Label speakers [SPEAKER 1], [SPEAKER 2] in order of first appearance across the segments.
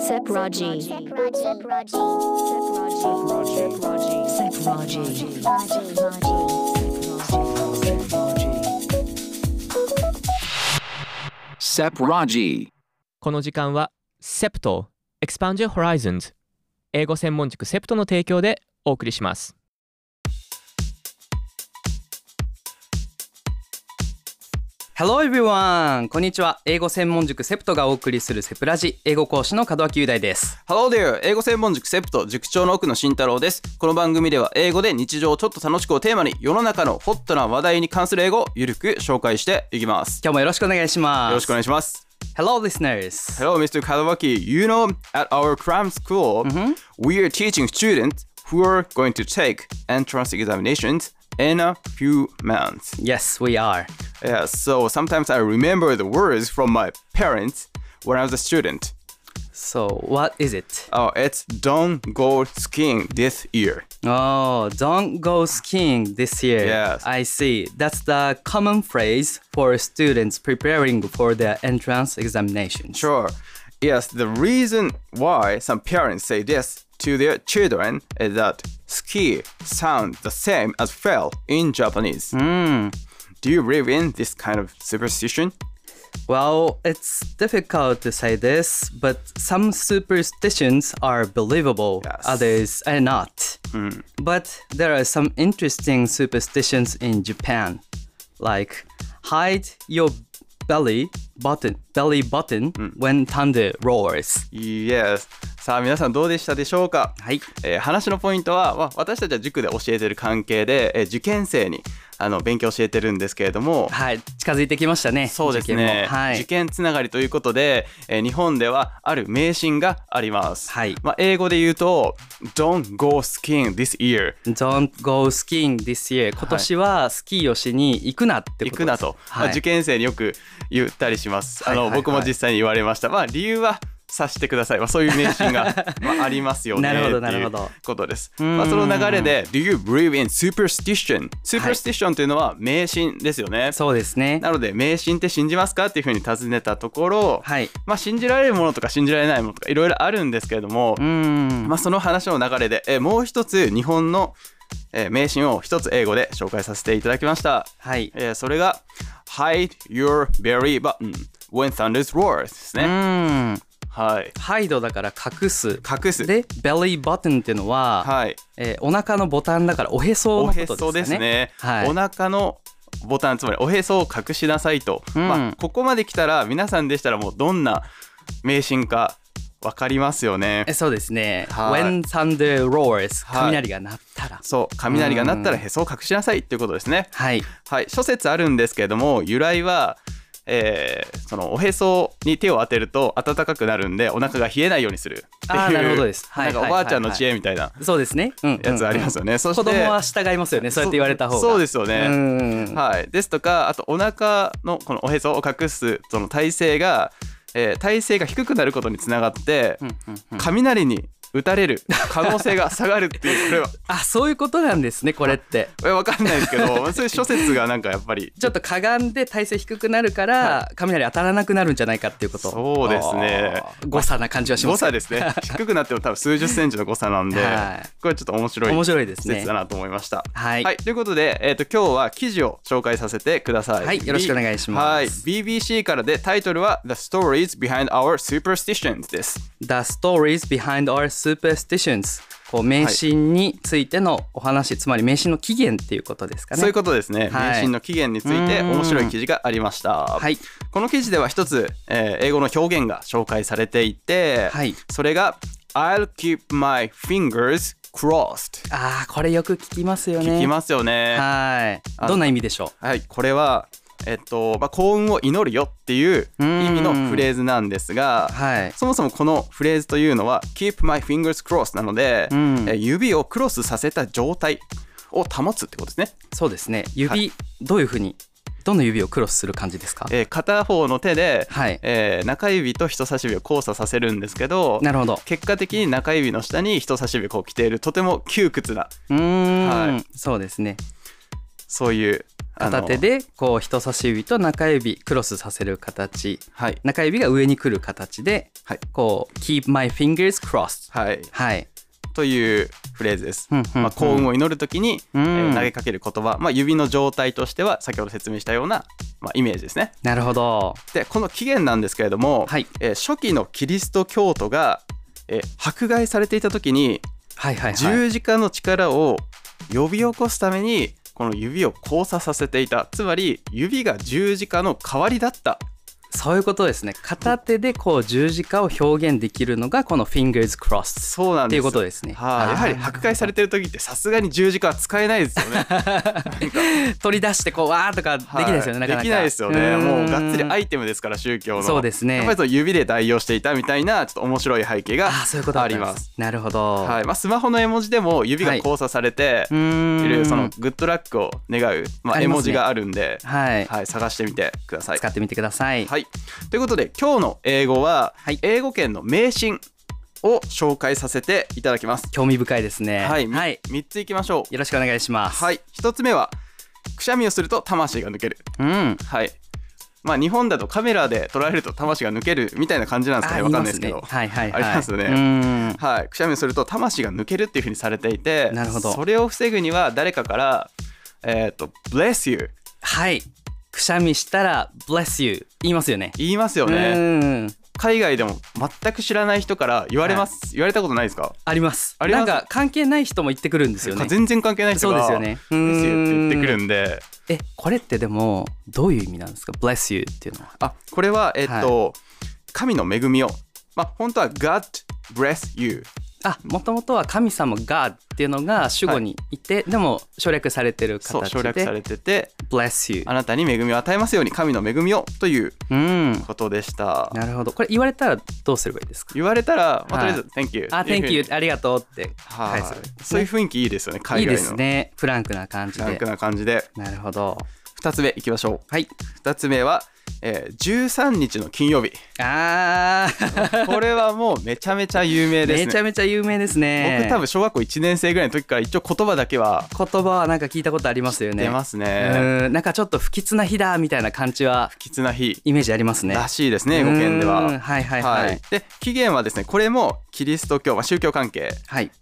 [SPEAKER 1] Sepraji. Sepraji. Sepraji.
[SPEAKER 2] Sepraji.
[SPEAKER 3] この時間は SEPT Expand Your Horizons 英語専門塾 SEPT の提供でお送りします
[SPEAKER 4] ハローエブリワンこんにちは英語専門塾セプトがお送りするセプラジ英語講師の門脇雄大です
[SPEAKER 5] ハローデュー英語専門塾セプト塾長の奥野慎太郎です。この番組では英語で日常をちょっと楽しくをテーマに世の中のホットな話題に関する英語をゆるく紹介していきます。
[SPEAKER 4] 今日もよろしくお願いします
[SPEAKER 5] よろしくお願いします。
[SPEAKER 4] Hello listeners
[SPEAKER 5] Hello, Mr. Kadawaki. You know, at our cram school, we are teaching students who are going to take entrance examinations in a few months.
[SPEAKER 4] Yes we are
[SPEAKER 5] Yeah, so sometimes I remember the words from my parents when I was a student.
[SPEAKER 4] So what is it?
[SPEAKER 5] Oh, it's don't go skiing this year.
[SPEAKER 4] Oh don't go skiing this year
[SPEAKER 5] Yes.
[SPEAKER 4] I see That's the common phrase for students preparing for their entrance examination
[SPEAKER 5] Sure. Yes, the reason why some parents say this to their children is that ski sounds the same as fell in Japanese. Do you believe in this kind of superstition?
[SPEAKER 4] Well, it's difficult to say this, but some superstitions are believable,
[SPEAKER 5] Yes.
[SPEAKER 4] others are not. But there are some interesting superstitions in Japan, like hide your belly button, belly button when thunder roars.
[SPEAKER 5] Yes. さあ皆さんどうでしたでしょうか
[SPEAKER 4] はい。
[SPEAKER 5] えー話のポイントは、まあ、私たちは塾で教えてる関係で、えー受験生にあの勉強教えてるんですけれども、
[SPEAKER 4] はい、近づいてきましたね。
[SPEAKER 5] そうです
[SPEAKER 4] 受験
[SPEAKER 5] ね
[SPEAKER 4] もは
[SPEAKER 5] 受
[SPEAKER 4] い。
[SPEAKER 5] 験つながりということで、えー日本ではある迷信があります、
[SPEAKER 4] はい
[SPEAKER 5] まあ、英語で言うと「Don't go skiing this year
[SPEAKER 4] Don't go skiing this year. 今年はスキーをしに行くなって」こ
[SPEAKER 5] 行
[SPEAKER 4] と
[SPEAKER 5] く
[SPEAKER 4] で
[SPEAKER 5] な
[SPEAKER 4] す。
[SPEAKER 5] と、
[SPEAKER 4] はい
[SPEAKER 5] まあ、受験生によく言ったりします、
[SPEAKER 4] はい
[SPEAKER 5] あの、
[SPEAKER 4] はいはい
[SPEAKER 5] 僕も実際に言われましたまあ理由は察してください、まあ、そういう迷信 がまあありますよね
[SPEAKER 4] なるほど
[SPEAKER 5] っていう
[SPEAKER 4] なるほど
[SPEAKER 5] ことです、
[SPEAKER 4] ん
[SPEAKER 5] まあ、その流れで「Do you believe in superstition?」superstition というのは迷信ですよね、
[SPEAKER 4] そうですね。
[SPEAKER 5] なので迷信って信じますかっていうふうに尋ねたところ、
[SPEAKER 4] はい。
[SPEAKER 5] まあ、信じられるものとか信じられないものとかいろいろあるんですけれども、
[SPEAKER 4] うん。
[SPEAKER 5] まあ、その話の流れで、えーもう一つ日本の、えー名神を一つ英語で紹介させていただきました、
[SPEAKER 4] はい。
[SPEAKER 5] えーそれが「Hide your belly button when thunders roar」です
[SPEAKER 4] う
[SPEAKER 5] ね、
[SPEAKER 4] ん。
[SPEAKER 5] はい
[SPEAKER 4] ハイドだから隠す。
[SPEAKER 5] 隠す
[SPEAKER 4] で、ベリーバトンっていうのは、
[SPEAKER 5] はい
[SPEAKER 4] えーお腹のボタンだからおへそ
[SPEAKER 5] お
[SPEAKER 4] の
[SPEAKER 5] へ
[SPEAKER 4] ことですかね。
[SPEAKER 5] そですね、
[SPEAKER 4] はい
[SPEAKER 5] お腹のボタンつまりおへそを隠しなさいと、
[SPEAKER 4] うん
[SPEAKER 5] まあ、ここまで来たら皆さんでしたらもうどんな迷信か分かりますよね
[SPEAKER 4] えそうですね。
[SPEAKER 5] はい
[SPEAKER 4] When thunder roars、
[SPEAKER 5] はい
[SPEAKER 4] 雷が鳴ったら。
[SPEAKER 5] そう雷が鳴ったらへそを隠しなさいっていうことですね
[SPEAKER 4] はい。
[SPEAKER 5] はい、諸説あるんですけれども由来は、えーそのおへそに手を当てると暖かくなるんでお腹が冷えないようにするっていう
[SPEAKER 4] あーなるほどですはい
[SPEAKER 5] なんかおばあちゃんの知恵みたいな
[SPEAKER 4] そうですね。うん、
[SPEAKER 5] やつありますよね、そして
[SPEAKER 4] 子供は従いますよね。そうやって言われた方が。
[SPEAKER 5] そそうですすよ
[SPEAKER 4] ね。う
[SPEAKER 5] ね、
[SPEAKER 4] ん。
[SPEAKER 5] はい、ですとかあとお腹のこのおへそを隠すその体勢が、えー体勢が低くなることにつながって、
[SPEAKER 4] うんうんうん
[SPEAKER 5] 雷に打たれる可能性が下がるっていうこれは
[SPEAKER 4] あ、そういうことなんですね。これって。
[SPEAKER 5] これわかんないですけど そういう諸説がなんかやっぱり
[SPEAKER 4] ちょっとかがんで体勢低くなるから、雷当たらなくなるんじゃないかっていうこと。
[SPEAKER 5] そうですね
[SPEAKER 4] あー。誤差な感じはしま
[SPEAKER 5] 誤
[SPEAKER 4] すけ
[SPEAKER 5] 差
[SPEAKER 4] ど。
[SPEAKER 5] ですね低くなっても多分数十センチの誤差なんで、
[SPEAKER 4] はい
[SPEAKER 5] これちょっと面白い
[SPEAKER 4] 面白いですね
[SPEAKER 5] 説だなと思いました
[SPEAKER 4] はい
[SPEAKER 5] ということで、えー、と今日は記事を紹介させてください
[SPEAKER 4] はいよろしくお願いします
[SPEAKER 5] はい BBC からでタイトルは The Stories Behind Our Superstitions です
[SPEAKER 4] The stories behind our superstitions こう迷信についてのお話、つまり迷信の起源っていうことですかね
[SPEAKER 5] そういうことですね、
[SPEAKER 4] はい
[SPEAKER 5] 迷信の起源について
[SPEAKER 4] うん
[SPEAKER 5] 面白い記事がありました
[SPEAKER 4] はい
[SPEAKER 5] この記事では一つ、えー英語の表現が紹介されていて、
[SPEAKER 4] はい
[SPEAKER 5] それが I'll keep my fingers crossed
[SPEAKER 4] ああこれよく聞きますよね
[SPEAKER 5] 聞きますよね
[SPEAKER 4] はい
[SPEAKER 5] あ
[SPEAKER 4] どんな意味でしょ
[SPEAKER 5] はい、これは、えっとまあ、幸運を祈るよっていう意味のフレーズなんですが、
[SPEAKER 4] うはい
[SPEAKER 5] そもそもこのフレーズというのは「keep my fingers crossed」なので、
[SPEAKER 4] うん
[SPEAKER 5] え指をクロスさせた状態を保つってことですね、
[SPEAKER 4] そうですね指、どういうふうにどの指をクロスする感じですか
[SPEAKER 5] えー片方の手で、
[SPEAKER 4] はい
[SPEAKER 5] えー中指と人差し指を交差させるんですけど
[SPEAKER 4] なるほど
[SPEAKER 5] 結果的に中指の下に人差し指をこう来ているとても窮屈な
[SPEAKER 4] うーん、
[SPEAKER 5] はい
[SPEAKER 4] そうですね
[SPEAKER 5] そういう
[SPEAKER 4] 片手でこう人差し指と中指クロスさせる形
[SPEAKER 5] はい
[SPEAKER 4] 中指が上に来る形で、
[SPEAKER 5] はい
[SPEAKER 4] こう「keep my fingers crossed」
[SPEAKER 5] はい
[SPEAKER 4] はい
[SPEAKER 5] というフレーズです、
[SPEAKER 4] うんうんうん
[SPEAKER 5] まあ、幸運を祈る時に、
[SPEAKER 4] うん
[SPEAKER 5] えー投げかける言葉、まあ、指の状態としては先ほど説明したような、まあ、イメージですね
[SPEAKER 4] なるほど
[SPEAKER 5] でこの起源なんですけれども、
[SPEAKER 4] はい
[SPEAKER 5] えー初期のキリスト教徒が、えー迫害されていた時に
[SPEAKER 4] はいはいはい
[SPEAKER 5] 十字架の力を呼び起こすためにこの指を交差させていたつまり指が十字架の代わりだった
[SPEAKER 4] そういうことですね片手でこう十字架を表現できるのがこの「fingers crossed」
[SPEAKER 5] そうなん
[SPEAKER 4] っ
[SPEAKER 5] で
[SPEAKER 4] てい
[SPEAKER 5] す
[SPEAKER 4] うことですね
[SPEAKER 5] はい、やはり迫害されてる時ってさすがに十字架は使えないですよね
[SPEAKER 4] 取り出してこうわーとかできないですよね、な
[SPEAKER 5] は
[SPEAKER 4] かなか
[SPEAKER 5] できないですよねもうがっつりア
[SPEAKER 4] い
[SPEAKER 5] イテムですから宗教の
[SPEAKER 4] そうですね
[SPEAKER 5] やっぱりその指で代用していたみたいなちょっと面白い背景が
[SPEAKER 4] あーそういうことだ
[SPEAKER 5] あ
[SPEAKER 4] った
[SPEAKER 5] り
[SPEAKER 4] んです
[SPEAKER 5] ます
[SPEAKER 4] なるほど
[SPEAKER 5] はいまあ、スマホの絵文字でも指が交差されて
[SPEAKER 4] うーん
[SPEAKER 5] いるそのグッドラックを願う、ま
[SPEAKER 4] あ
[SPEAKER 5] あ、
[SPEAKER 4] り
[SPEAKER 5] 絵
[SPEAKER 4] ますね
[SPEAKER 5] 文字があるんで、
[SPEAKER 4] はい、
[SPEAKER 5] はい、探してみてください。
[SPEAKER 4] 使ってみてください、
[SPEAKER 5] はい、ということで今日の英語は、
[SPEAKER 4] はい
[SPEAKER 5] 英語圏の名神を紹介させていただきます。
[SPEAKER 4] 興味深いですね
[SPEAKER 5] はい、み
[SPEAKER 4] はい、
[SPEAKER 5] 3ついきましょう。
[SPEAKER 4] よろしくお願いします
[SPEAKER 5] はい、1つ目はくしゃみをすると魂が抜ける。
[SPEAKER 4] うん
[SPEAKER 5] はいまあ、日本だとカメラで捉えると魂が抜けるみたいな感じなんですかねわかんないですけ
[SPEAKER 4] あ
[SPEAKER 5] ど
[SPEAKER 4] りま。ねはいはいはい
[SPEAKER 5] ありますよね
[SPEAKER 4] うん
[SPEAKER 5] はい、くしゃみをすると魂が抜けるっていうふうにされていて
[SPEAKER 4] なるほど
[SPEAKER 5] それを防ぐには誰かから「えっ、と bless you
[SPEAKER 4] はいくしゃみしたら bless you 言いますよね」
[SPEAKER 5] 言いますよ
[SPEAKER 4] う
[SPEAKER 5] ね
[SPEAKER 4] ん
[SPEAKER 5] 海外でも全く知らない人から言われます、言われたことないですか
[SPEAKER 4] あります
[SPEAKER 5] あり
[SPEAKER 4] な
[SPEAKER 5] ます
[SPEAKER 4] んか関係ない人も言ってくるんですよね
[SPEAKER 5] 全然関係ない人
[SPEAKER 4] そう
[SPEAKER 5] が
[SPEAKER 4] ですよね
[SPEAKER 5] bless you って言ってくる
[SPEAKER 4] うん
[SPEAKER 5] んで
[SPEAKER 4] えこれってでもどういう意味なんですか bless you っていうのは
[SPEAKER 5] あこれはえっ、と、神の恵みをまあ本当は God bless you
[SPEAKER 4] あもともとは神様 God っていうのが主語にいて、でも省略されてる
[SPEAKER 5] そう
[SPEAKER 4] 形
[SPEAKER 5] 省略さ
[SPEAKER 4] で
[SPEAKER 5] れてて
[SPEAKER 4] Bless you
[SPEAKER 5] あなたに恵みを与えますように神の恵みをという
[SPEAKER 4] うん
[SPEAKER 5] ことでした
[SPEAKER 4] なるほどこれ言われたらどうすればいいですか
[SPEAKER 5] 言われたら、まあ、
[SPEAKER 4] は
[SPEAKER 5] とり
[SPEAKER 4] い
[SPEAKER 5] あえず「Thank you」
[SPEAKER 4] あ Thank
[SPEAKER 5] いう
[SPEAKER 4] you
[SPEAKER 5] ふうに
[SPEAKER 4] ありがとうって
[SPEAKER 5] はい
[SPEAKER 4] 返す、
[SPEAKER 5] そういう雰囲気いいですよね
[SPEAKER 4] いい
[SPEAKER 5] 海
[SPEAKER 4] で
[SPEAKER 5] 外
[SPEAKER 4] す
[SPEAKER 5] の
[SPEAKER 4] ねフランクな感じ
[SPEAKER 5] ラン
[SPEAKER 4] で
[SPEAKER 5] クな感じで
[SPEAKER 4] なるほど
[SPEAKER 5] 2つ目いきましょう
[SPEAKER 4] はい
[SPEAKER 5] 2つ目は、えー、13日の金 曜日
[SPEAKER 4] あー
[SPEAKER 5] これはもうめちゃめちゃ有名ですね
[SPEAKER 4] めちゃめちゃ有名ですね
[SPEAKER 5] 僕多分小学校1年生ぐらいの時から一応言葉だけは
[SPEAKER 4] 言葉はなんか聞いたことありますよね
[SPEAKER 5] 出ますね。
[SPEAKER 4] うんなんかちょっと不吉な日だみたいな感じは
[SPEAKER 5] 不吉な日
[SPEAKER 4] イメージありますね
[SPEAKER 5] らしいですね、英語圏で
[SPEAKER 4] うん
[SPEAKER 5] は。
[SPEAKER 4] はいはいはい、
[SPEAKER 5] は
[SPEAKER 4] はいい、
[SPEAKER 5] で起源はですねこれもキリスト教、まあ、宗教関係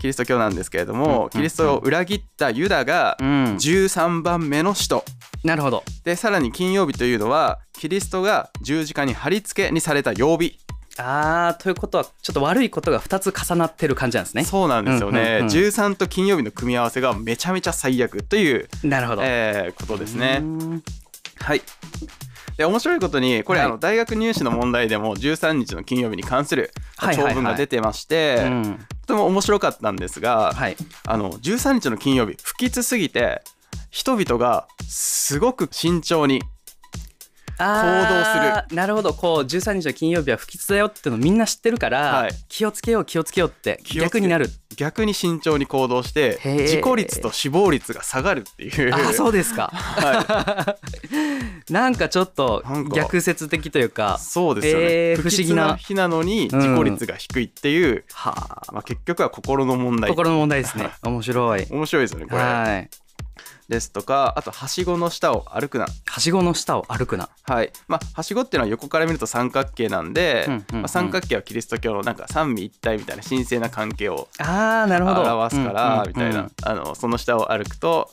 [SPEAKER 5] キリスト教なんですけれど
[SPEAKER 4] うんうんう
[SPEAKER 5] も
[SPEAKER 4] ん
[SPEAKER 5] キリストを裏切ったユダが
[SPEAKER 4] うん
[SPEAKER 5] 13番目の使徒
[SPEAKER 4] なるほど
[SPEAKER 5] でさらに金曜日というのはキリストが十字架に貼り付けにされた曜日
[SPEAKER 4] あーということはちょっと悪いことが2つ重なってる感じなんですね
[SPEAKER 5] そうなんですよね、
[SPEAKER 4] うんうんうん
[SPEAKER 5] 13と金曜日の組み合わせがめちゃめちゃ最悪という、
[SPEAKER 4] なるほど、
[SPEAKER 5] えーことですね。
[SPEAKER 4] うん
[SPEAKER 5] はい。で面白いことにこれ、
[SPEAKER 4] はい
[SPEAKER 5] あの大学入試の問題でも13日の金曜日に関する
[SPEAKER 4] はい
[SPEAKER 5] 長
[SPEAKER 4] はいはい
[SPEAKER 5] 文が出てまして、
[SPEAKER 4] うん
[SPEAKER 5] とても面白かったんですが、
[SPEAKER 4] はい
[SPEAKER 5] あの13日の金曜日不吉すぎて人々がすごく慎重に
[SPEAKER 4] あーなるほどこう13日の金曜日は不吉だよってのみんな知ってるから、
[SPEAKER 5] はい
[SPEAKER 4] 気をつけよう気をつけようって
[SPEAKER 5] 気をつけ
[SPEAKER 4] 逆になる
[SPEAKER 5] 逆に慎重に行動して
[SPEAKER 4] へー
[SPEAKER 5] 事故率と死亡率が下がるっていう
[SPEAKER 4] あーそうですか、 なんかちょっと
[SPEAKER 5] なんか
[SPEAKER 4] 逆説的というか
[SPEAKER 5] そうですよね、
[SPEAKER 4] えー不思議な
[SPEAKER 5] 不吉日なのに事故率が低いっていう、
[SPEAKER 4] はあ
[SPEAKER 5] まあ、結局は心の問題
[SPEAKER 4] 心の問題 ですね面白い
[SPEAKER 5] 面白いですよねこれ
[SPEAKER 4] はい
[SPEAKER 5] ですとかあとはしごの下を歩くな
[SPEAKER 4] はしごの下を歩くな
[SPEAKER 5] はいまあ、はしごっていうのは横から見ると三角形なんで、
[SPEAKER 4] うんうんうん
[SPEAKER 5] まあ、三角形はキリスト教のなんか三位一体みたいな神聖な関係を
[SPEAKER 4] あーなるほど
[SPEAKER 5] 表す
[SPEAKER 4] う
[SPEAKER 5] か
[SPEAKER 4] んうん
[SPEAKER 5] ら
[SPEAKER 4] うん
[SPEAKER 5] みたいなあのその下を歩くと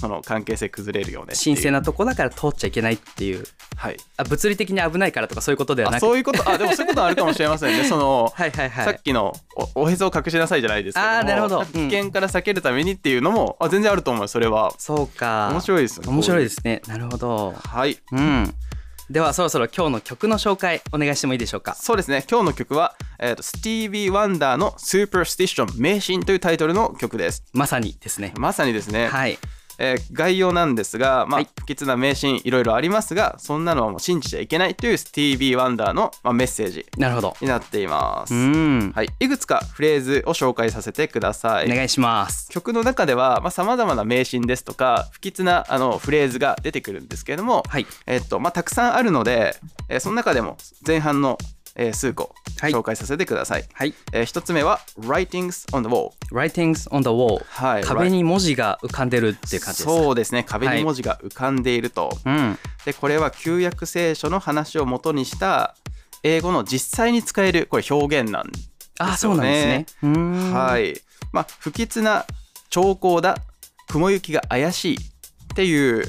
[SPEAKER 5] その関係性崩れるよねっていう
[SPEAKER 4] 神聖なとこだから通っちゃいけないっていう
[SPEAKER 5] はい、
[SPEAKER 4] あ物理的に危ないからとかそういうことではなく
[SPEAKER 5] あそういうことあでもそういうことあるかもしれません ねその、
[SPEAKER 4] はいはいは
[SPEAKER 5] さ
[SPEAKER 4] い
[SPEAKER 5] っきのおおへそを隠しなさいじゃないですけども
[SPEAKER 4] あーなるほどうん
[SPEAKER 5] 危険から避けるためにっていうのも、あ全然あると思うそれは
[SPEAKER 4] そうか
[SPEAKER 5] 面白いですよね
[SPEAKER 4] 面白いですねなるほど
[SPEAKER 5] はい
[SPEAKER 4] うんではそろそろ今日の曲の紹介お願いしてもいいでしょうか
[SPEAKER 5] そうですね今日の曲は、えー、とスティービー・ワンダーの「スーパースティション迷信」というタイトルの曲です
[SPEAKER 4] まさにですね
[SPEAKER 5] まさにですね、
[SPEAKER 4] はい
[SPEAKER 5] えー概要なんですが、まあ
[SPEAKER 4] はい
[SPEAKER 5] 不吉な迷信いろいろありますがそんなのはもう信じちゃいけないというスティービー・ワンダーの、まあ、メッセージ
[SPEAKER 4] なるほど
[SPEAKER 5] になっています、
[SPEAKER 4] うん
[SPEAKER 5] はい、いくつかフレーズを紹介させてくださ
[SPEAKER 4] お
[SPEAKER 5] い
[SPEAKER 4] 願いします
[SPEAKER 5] 曲の中ではさまざ、まな迷信ですとか不吉なあのフレーズが出てくるんですけれども、
[SPEAKER 4] はい
[SPEAKER 5] えっとまあ、たくさんあるので、えーその中でも前半の、えー数個
[SPEAKER 4] はい
[SPEAKER 5] 紹介させてください。
[SPEAKER 4] はい。
[SPEAKER 5] えー一つ目は Writings on the Wall。
[SPEAKER 4] Writings on the wall、
[SPEAKER 5] はい
[SPEAKER 4] 壁に文字が浮かんでるっていう感じですか。
[SPEAKER 5] そうですね壁に文字が浮かんでいると、
[SPEAKER 4] うん。
[SPEAKER 5] でこれは旧約聖書の話を元にした英語の実際に使えるこれ表現なん
[SPEAKER 4] あ、
[SPEAKER 5] です
[SPEAKER 4] そう
[SPEAKER 5] よ
[SPEAKER 4] なんですね
[SPEAKER 5] ね。
[SPEAKER 4] うーん
[SPEAKER 5] はいまあ不吉な兆候だ雲行きが怪しいっていう、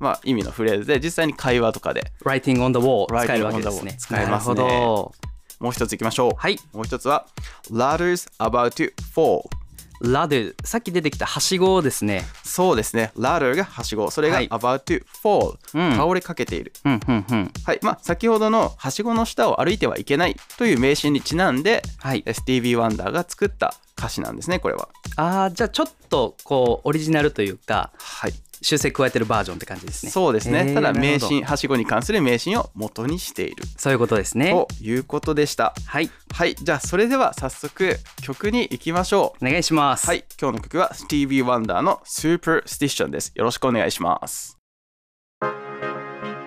[SPEAKER 5] まあ、意味のフレーズで実際に会話とかで
[SPEAKER 4] Writing on the wall
[SPEAKER 5] Writing
[SPEAKER 4] 使えるわけですね。
[SPEAKER 5] on the wall 使えますね
[SPEAKER 4] なるほ
[SPEAKER 5] もう一ついきましょう、
[SPEAKER 4] はい
[SPEAKER 5] もう一つは ladders about to fall
[SPEAKER 4] ど。ラデさっき出てきたはしごですね。
[SPEAKER 5] そうですね ladder がはしごそれが
[SPEAKER 4] はい
[SPEAKER 5] about to fall、
[SPEAKER 4] うん
[SPEAKER 5] 倒れかけている
[SPEAKER 4] うんうんうん。
[SPEAKER 5] はいまあ、先ほどのはしごの下を歩いてはいけないという名詞にちなんで、
[SPEAKER 4] はい
[SPEAKER 5] えスティービー・ワンダーが作った歌詞なんですねこれは。
[SPEAKER 4] ああ、じゃあちょっとこうオリジナルというか
[SPEAKER 5] はい、
[SPEAKER 4] 修正加えてるバージョンって感じですね。
[SPEAKER 5] そうです
[SPEAKER 4] へー
[SPEAKER 5] ねただ名
[SPEAKER 4] なるほ
[SPEAKER 5] 詞はしごに関する名詞を元にしている
[SPEAKER 4] どそういうことですね。
[SPEAKER 5] ということでした
[SPEAKER 4] はい。
[SPEAKER 5] はいじゃあそれでは早速曲に行きましょ
[SPEAKER 4] お願いします。
[SPEAKER 5] うはい今日の曲はスティービー・ワンダーの「スーパースティション」ですよろしくお願いします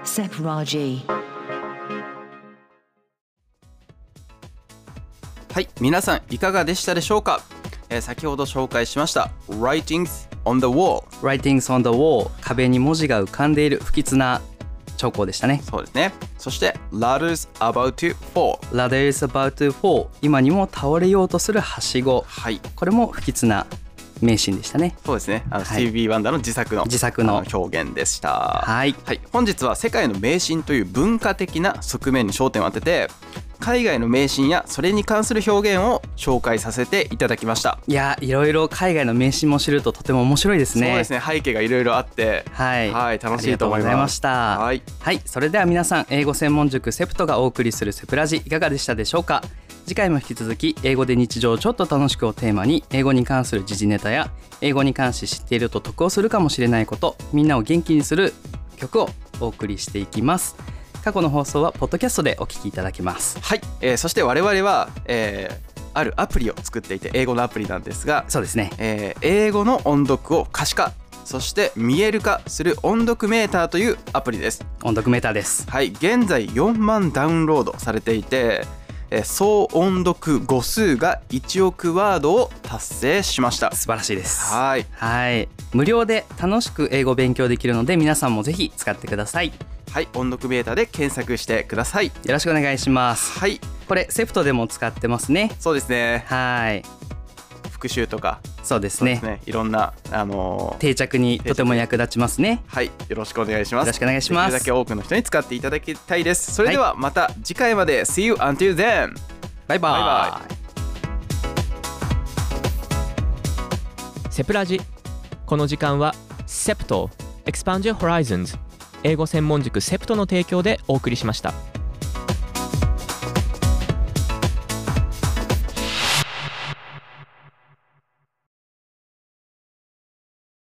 [SPEAKER 1] Sepraji.
[SPEAKER 5] はい皆さんいかがでしたでしょうか、えー先ほど紹介しました「Writings on the Wall」
[SPEAKER 4] Writings on the wall 壁に文字が浮かんでいる不吉な兆候でしたね。
[SPEAKER 5] そうですね。そして、ladders about to fall。
[SPEAKER 4] Ladder is about to fall 今にも倒れようとするはしご
[SPEAKER 5] はい。
[SPEAKER 4] これも不吉な名シーンでしたね。
[SPEAKER 5] そうですね。あの、
[SPEAKER 4] はい
[SPEAKER 5] スティービー・ワンダーの自作の
[SPEAKER 4] 自作の
[SPEAKER 5] あ表現でした。は
[SPEAKER 4] はい。
[SPEAKER 5] い。本日は世界の迷信という文化的な側面に焦点を当てて、海外の迷信やそれに関する表現を紹介させていただきました。
[SPEAKER 4] いやいろいろ海外の名シーンも知るととても面白いですね。
[SPEAKER 5] そうですね。背景がいろいろあって、
[SPEAKER 4] はい、
[SPEAKER 5] はい楽しいと思います
[SPEAKER 4] ありがとうございました。
[SPEAKER 5] はい
[SPEAKER 4] はい、それでは皆さん、英語専門塾セプトがお送りするセプラジいかがでしたでしょうか。次回も引き続き、英語で日常をちょっと楽しくをテーマに、英語に関する時事ネタや、英語に関して知っていると得をするかもしれないこと、みんなを元気にする曲をお送りしていきます。過去の放送はポッドキャストでお聞きいただけます。
[SPEAKER 5] はい。えーそして我々は、えーあるアプリを作っていて、英語のアプリなんですが、
[SPEAKER 4] そうですね。
[SPEAKER 5] えー英語の音読を可視化、そして見える化する音読メーターというアプリです。
[SPEAKER 4] 音読メーターです。
[SPEAKER 5] はい、現在4万ダウンロードされていて、えー総音読語数が1億ワードを達成しました。
[SPEAKER 4] 素晴らしいです。
[SPEAKER 5] はい、
[SPEAKER 4] はい、無料で楽しく英語を勉強できるので、皆さんもぜひ使ってください。よ
[SPEAKER 5] はい、音読メーターで検索してください。
[SPEAKER 4] ろしくお願いします。
[SPEAKER 5] はい、
[SPEAKER 4] これセプトでも使ってますね。
[SPEAKER 5] そうですね。
[SPEAKER 4] はい、
[SPEAKER 5] 復習とか、
[SPEAKER 4] そうです
[SPEAKER 5] そうで
[SPEAKER 4] ね
[SPEAKER 5] す。ね、いろんなあのー
[SPEAKER 4] 定着にとても役立ちますね。
[SPEAKER 5] はい、よろしくお願いしま
[SPEAKER 4] よ
[SPEAKER 5] す。
[SPEAKER 4] ろしくお願いします
[SPEAKER 5] できるだけ多くの人に使っていただきたいです。それではまた次回まで。See you until then.
[SPEAKER 4] バイバ
[SPEAKER 5] バイ
[SPEAKER 4] イ
[SPEAKER 5] バイ
[SPEAKER 3] セプラジこの時間はセプト Expand Your Horizons 英語専門塾セプトの提供でお送りしました。